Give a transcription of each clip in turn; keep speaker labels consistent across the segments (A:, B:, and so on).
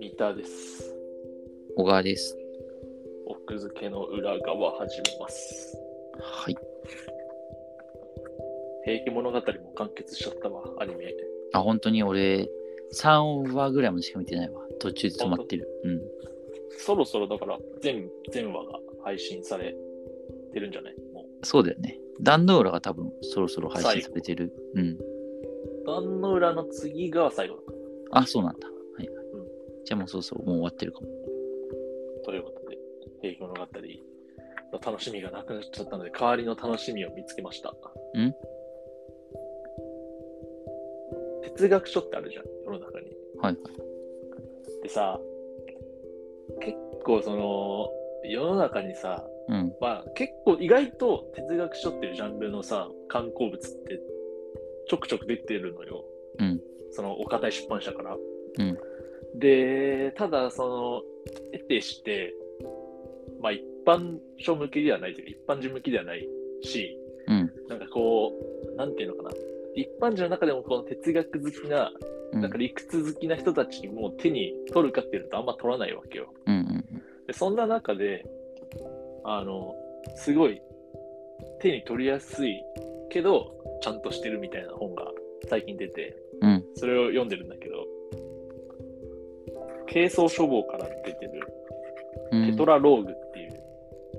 A: リターです。
B: 小川です。
A: 奥付けの裏側始めます。
B: はい。
A: 平家物語も完結しちゃったわ、アニメ。
B: あ、本当に俺、3話ぐらいまでしか見てないわ。途中で止まってる。うん。
A: そろそろだから全全話が配信されてるんじゃないも
B: そうだよね。壇ノ浦が多分そろそろ配信されてる。うん。
A: う。壇の裏の次が最後だっ
B: あ、そうなんだ。はいはい
A: うん。
B: じゃあもうそうそう、もう終わってるかも。
A: た。ということで、平家物語の楽しみがなくなっちゃったので、代わりの楽しみを見つけました。
B: ん
A: 哲学書ってあるじゃん、世の中に。
B: はいはい。
A: でさ、結構その、世の中にさ、
B: うん。
A: まあ、結構意外と哲学書っていうジャンルのさ刊行物ってちょくちょく出てるのよ、
B: うん
A: そのお堅い出版社から、
B: うん
A: でただその得てしてまあ一般書向きではないというか一般人向きではないし
B: うん。
A: なんかこうなんていうのかな一般人の中でもこの哲学好きな
B: うん。
A: なんか理屈好きな人たちにもう手に取るかっていうとあんま取らないわけよ、
B: うんうん
A: でそんな中であのすごい手に取りやすいけどちゃんとしてるみたいな本が最近出て
B: うん。うん。
A: それを読んでるんだけど軽装書房から出てる「
B: うん
A: テトラローグ」っていう、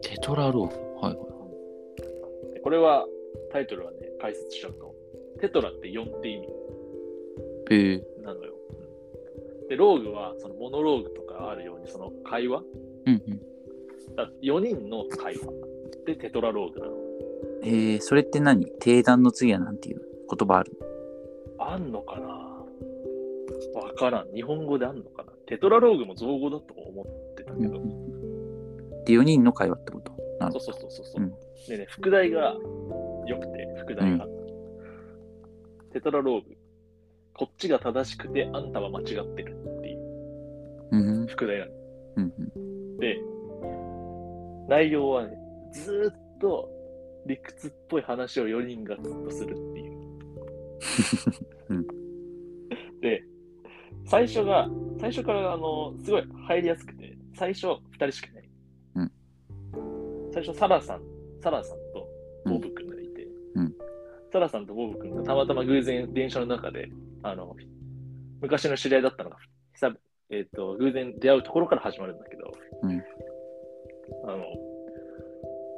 B: テトラローフ。はいはい。
A: でこれはタイトルはね解説しちゃうと「テトラ」って4って意味
B: へえ。
A: なのよでローグはそのモノローグとかあるようにその会話
B: うんうん。
A: だ4人の会話でテトラローグなの
B: へえ、それって何定談の次はなんていう言葉ある
A: あんのかなわからん。日本語であんのかなテトラローグも造語だと思ってたけ
B: の
A: ど。
B: で、4人の会話ってことなる
A: そうそう
B: ほ
A: そうそうそう。
B: うん
A: でね、副題が良くて、副題が。テトラローグ。こっちが正しくて、あんたは間違ってるっていう
B: ど。うんうん。
A: 副題なの。
B: うん
A: で、内容はね、ずーっと理屈っぽい話を4人がずっとするっていう。
B: うん
A: で、最初が、最初からあの、すごい入りやすくて、最初2人しかいない。
B: うん
A: 最初、サラさん、サラさんとボブ君がいて、
B: うん
A: サラさんとボブ君がたまたま偶然電車の中で、あの、昔の知り合いだったのが、久々えっ、と、偶然出会うところから始まるんだけど、
B: うん
A: あの、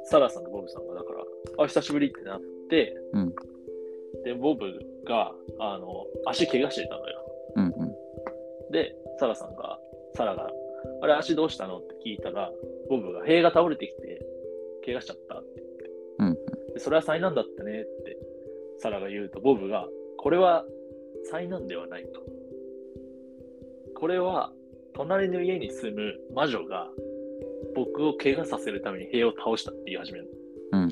A: サラさんとボブさんが、だから、あ、久しぶりってなって、
B: うん
A: で、ボブが、あの、足怪我してたのよ。
B: うんうん
A: で、サラさんが、サラが、あれ、足どうしたのって聞いたら、ボブが、塀が倒れてきて、怪我しちゃったって言って、でそれは災難だったねって、サラが言うと、ボブが、これは災難ではないと。これは、隣の家に住む魔女が、僕を怪我させるために塀を倒したって言い始めるの。
B: うん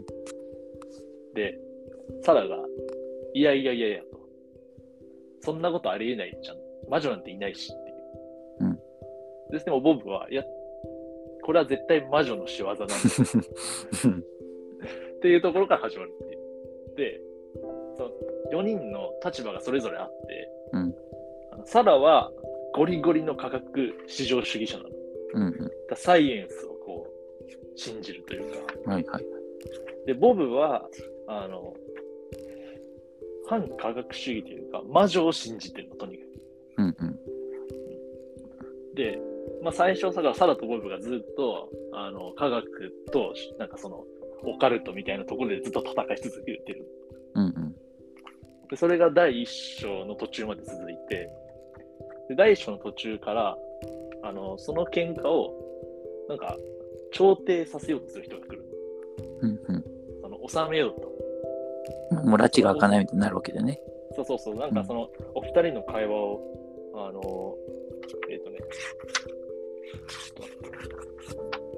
A: で、サラが、いやいやいやいやと。そんなことありえないじゃん。魔女なんていないしっていう。
B: うん
A: ですでもボブは、いや、これは絶対魔女の仕業なんだよ
B: うん。
A: っていうところから始まるっていう。で、その4人の立場がそれぞれあって、
B: うん
A: あのサラはゴリゴリの科学至上主義者なの。だか
B: うんう
A: らサイエンスをこう、信じるというか。
B: ん。はいはい。
A: で、ボブは、あの、反科学主義というか、魔女を信じてるの、とにかく。
B: うんうん。
A: で、まあ、最初さ、サラとボブがずっと、あの、科学と、なんかその、オカルトみたいなところでずっと戦い続けてる。
B: うんうん。
A: で、それが第一章の途中まで続いて、で、第一章の途中から、あの、その喧嘩を、なんか、調停させようとする人が来る。
B: うんうん。
A: その、収めようと。
B: もう拉致が開かないみたいになるわけだね。
A: そうそうそう、なんかその、お二人の会話を、あの、えっ、とね、ちょっと待って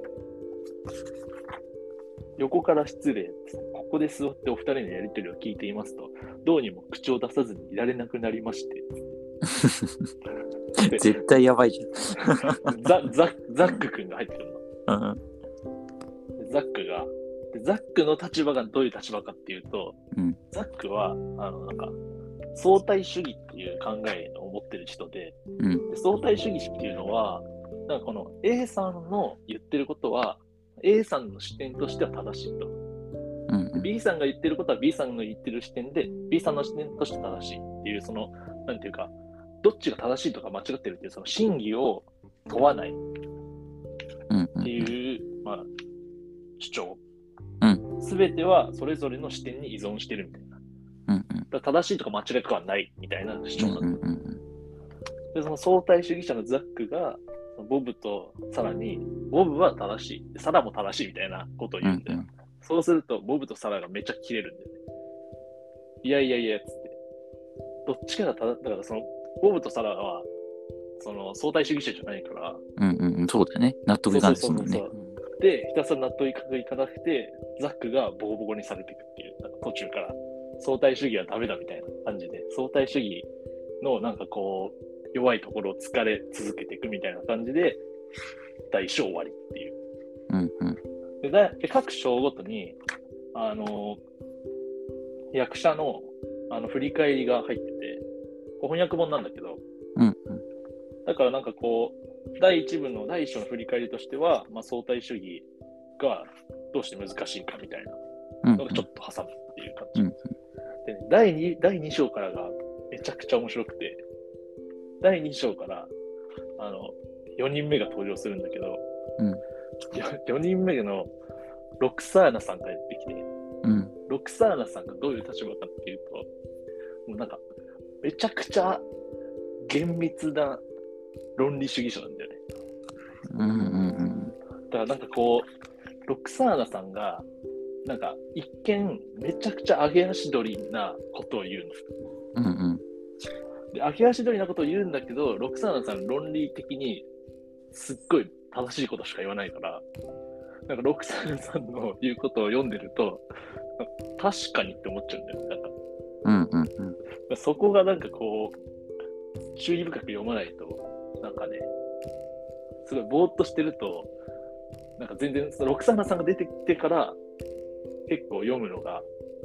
A: 横から失礼です。ここで座ってお二人のやりとりを聞いていますと、どうにも口を出さずにいられなくなりまして、で
B: 絶対やばいじ
A: ザザザック君が入ってくるの。
B: ゃん。うん
A: ザックが、でザックの立場がどういう立場かっていうと、
B: うん
A: ザックは、あの、なんか、相対主義っていう考えを持ってる人で、
B: うん
A: で相対主義っていうのは、なんかこの A さんの言ってることは、A さんの視点としては正しいと。
B: うんうん
A: B さんが言ってることは B さんの言ってる視点で B さんの視点として正しいっていうそのなんていうかどっちが正しいとか間違ってるっていうその真偽を問わないっ
B: うんうん
A: ていう、まあ、主
B: う
A: 張すべ、てはそれぞれの視点に依存してるみたいな
B: うん
A: だから正しいとか間違いくはないみたいな主張
B: う
A: なん
B: ん
A: だ、
B: うんうん
A: でその相対主義者のザックがそのボブとサラにボブは正しいでサラも正しいみたいなことを
B: う
A: 言うん
B: ん
A: だよ、そうすると、ボブとサラがめっちゃ切れるんだよね。いやいやいや、つって。どっちかがただ、だからその、ボブとサラは、その、相対主義者じゃないから、
B: うんうんうんそうだよね納得いかないですもんね
A: そうそうで、ひたすら納得いかなくて、ザックがボコボコにされていくっていう、なんか途中から、相対主義はダメだみたいな感じで、相対主義のなんかこう、弱いところを突かれ続けていくみたいな感じで、第一章終わりっていう。
B: うんうん
A: でだで各章ごとに、あの役者のあの振り返りが入ってて、こう翻訳本なんだけど、
B: うん
A: だからなんかこう、第1部の第1章の振り返りとしては、まあ、相対主義がどうして難しいかみたい
B: うんうん
A: なのがちょっと挟むっていう感じ。
B: うんうん
A: でね、第 2, 第2章からがめちゃくちゃ面白くて、第2章からあの4人目が登場するんだけど、
B: うん
A: 4人目のロクサーナさんがやってきて、
B: うん
A: ロクサーナさんがどういう立場かっていうと、もうなんか、めちゃくちゃ厳密な論理主義者なんだよね。
B: うんうんうん
A: だからなんかこう、ロクサーナさんが、なんか一見めちゃくちゃ揚げ足取りなことを言うの。
B: うんうん
A: で、揚げ足取りなことを言うんだけど、ロクサーナさん論理的にすっごい正しいことしか言わないから、なんかロクサーナさんの言うことを読んでると、確かにって思っちゃうんだよね。なんか
B: うんうんうん
A: そこがなんかこう、注意深く読まないと、なんかね、すごいぼーっとしてると、なんか全然、そのロクサーナさんが出てきてから、結構読むのが、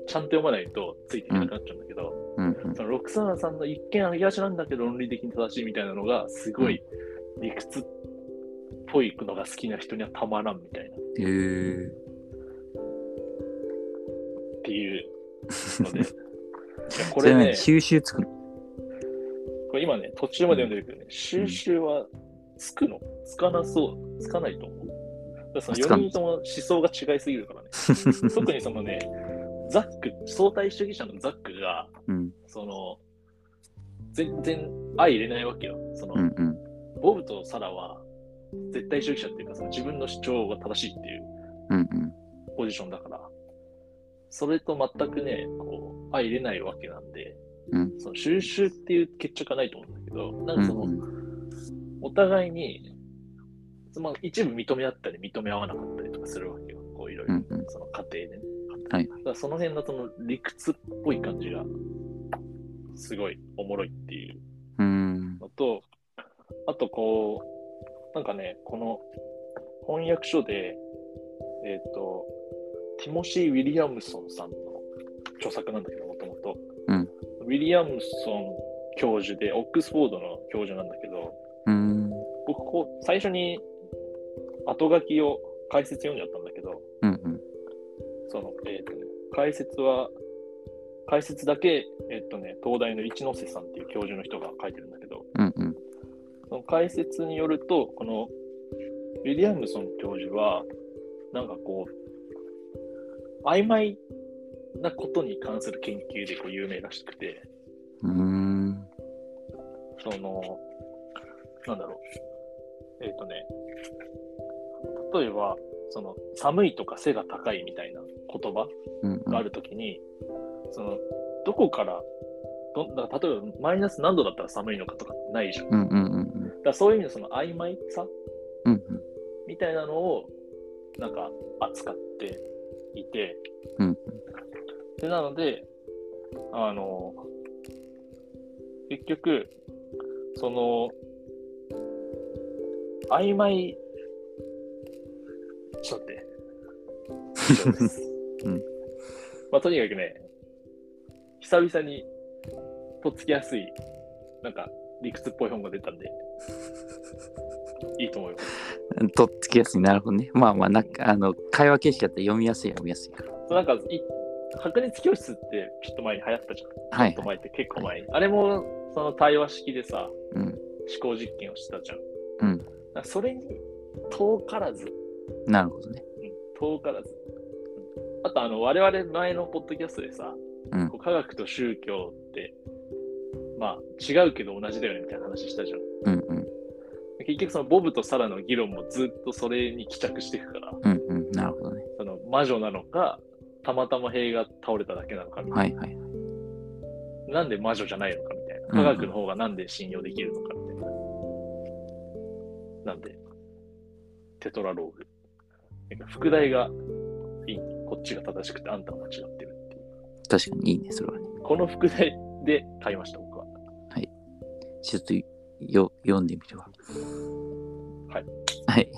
A: ちゃんと読まないとついていけなくなっちゃうんだけど、
B: うんうん
A: そのロクサーナさんの一見揚げ足なんだけど論理的に正しいみたいなのが、すごい理屈っぽいのが好きな人にはたまらんみたいな、っ
B: へえ
A: ていうの で、いやこ
B: こ
A: れね、
B: 収集つくの
A: これ今ね、途中まで読んでるけどね、収集はつくのつかなそう、つかないと思う。だから
B: つ
A: そ
B: か
A: の
B: ん
A: 4人とも思想が違いすぎるから ね。特にそのね、ザック、相対主義者のザックが、
B: うん
A: その、全然相入れないわけよ。その、
B: うんうん
A: ボブとサラは、絶対主義者っていうか、その自分の主張が正しいっていう
B: うんうん
A: ポジションだから、それと全くね、こう、相入れないわけなんで、
B: うん
A: その収集っていう決着はないと思うんだけど、なん
B: う
A: か
B: ん
A: その、
B: うん
A: お互いに、まあ、一部認め合ったり認め合わなかったりとかするわけよ。こういろいうろ
B: ん、うん
A: その過程でね。
B: はい
A: だからその辺のその理屈っぽい感じが、すごいおもろいっていう
B: うん
A: のと、あとこう、なんかね、この翻訳書で、えっ、と、ティモシー・ウィリアムソンさんの著作なんだけど、もともと。
B: うん
A: ウィリアムソン教授で、オックスフォードの教授なんだけど、
B: うん
A: 僕こう最初に後書きを解説読んじゃったんだけど、
B: うんうん
A: その、えっ、とね、解説は、解説だけ、えっ、とね、東大の一ノ瀬さんっていう教授の人が書いてるんだけど、
B: うんうん
A: その解説によると、この、ウィリアムソン教授は、なんかこう、曖昧なことに関する研究でこう有名らしくて、
B: うん
A: その、なんだろう。えっ、とね、例えば、その、寒いとか背が高いみたいな言葉
B: うん
A: があるときに、その、どこから、どだから例えばマイナス何度だったら寒いのかとかないじゃん。だ
B: うんうんうんうん
A: からそういう意味でその曖昧さ
B: うん
A: みたいなのを、なんか、扱っていて、
B: うん
A: で、なので、あの、結局、その、曖昧、ちょっと待って。そうです。
B: うん
A: まあ、とにかくね、久々にとっつきやすい、なんか理屈っぽい本が出たんで、いいと思います。
B: とっつきやすい。なるほどね。まあまあ、なんか、あの、会話形式だったら読みやすい、読みやすいか
A: な
B: ら。
A: んかい、白熱教室ってちょっと前に流行ったじゃん。
B: は
A: ちょっ
B: い
A: と。前って結構前に。あれも、その対話式でさ、
B: うん。
A: 思考実験をしてたじゃん。
B: うん
A: なんかそれに遠からず、
B: なるほどね。
A: うん遠からず。うんあと、あの、我々前のポッドキャストでさ、
B: うん
A: こう科学と宗教って、まあ、違うけど同じだよねみたいな話したじゃん。
B: うんうん。
A: 結局、そのボブとサラの議論もずっとそれに帰着していくから、
B: うんうん。なるほどね。
A: その魔女なのか、たまたま塀が倒れただけなのかみたいな、
B: はいはい。
A: なんで魔女じゃないのかみたいな、科学の方がなんで信用できるのかみたいな。なんで、テトラローグ。なんか副題がいい、こっちが正しくてあんたは間違ってるっていう。
B: 確かにいいね、それはね。
A: この副題で買いました、僕は。
B: ちょっとよ読んでみるわ。
A: はい。
B: はい。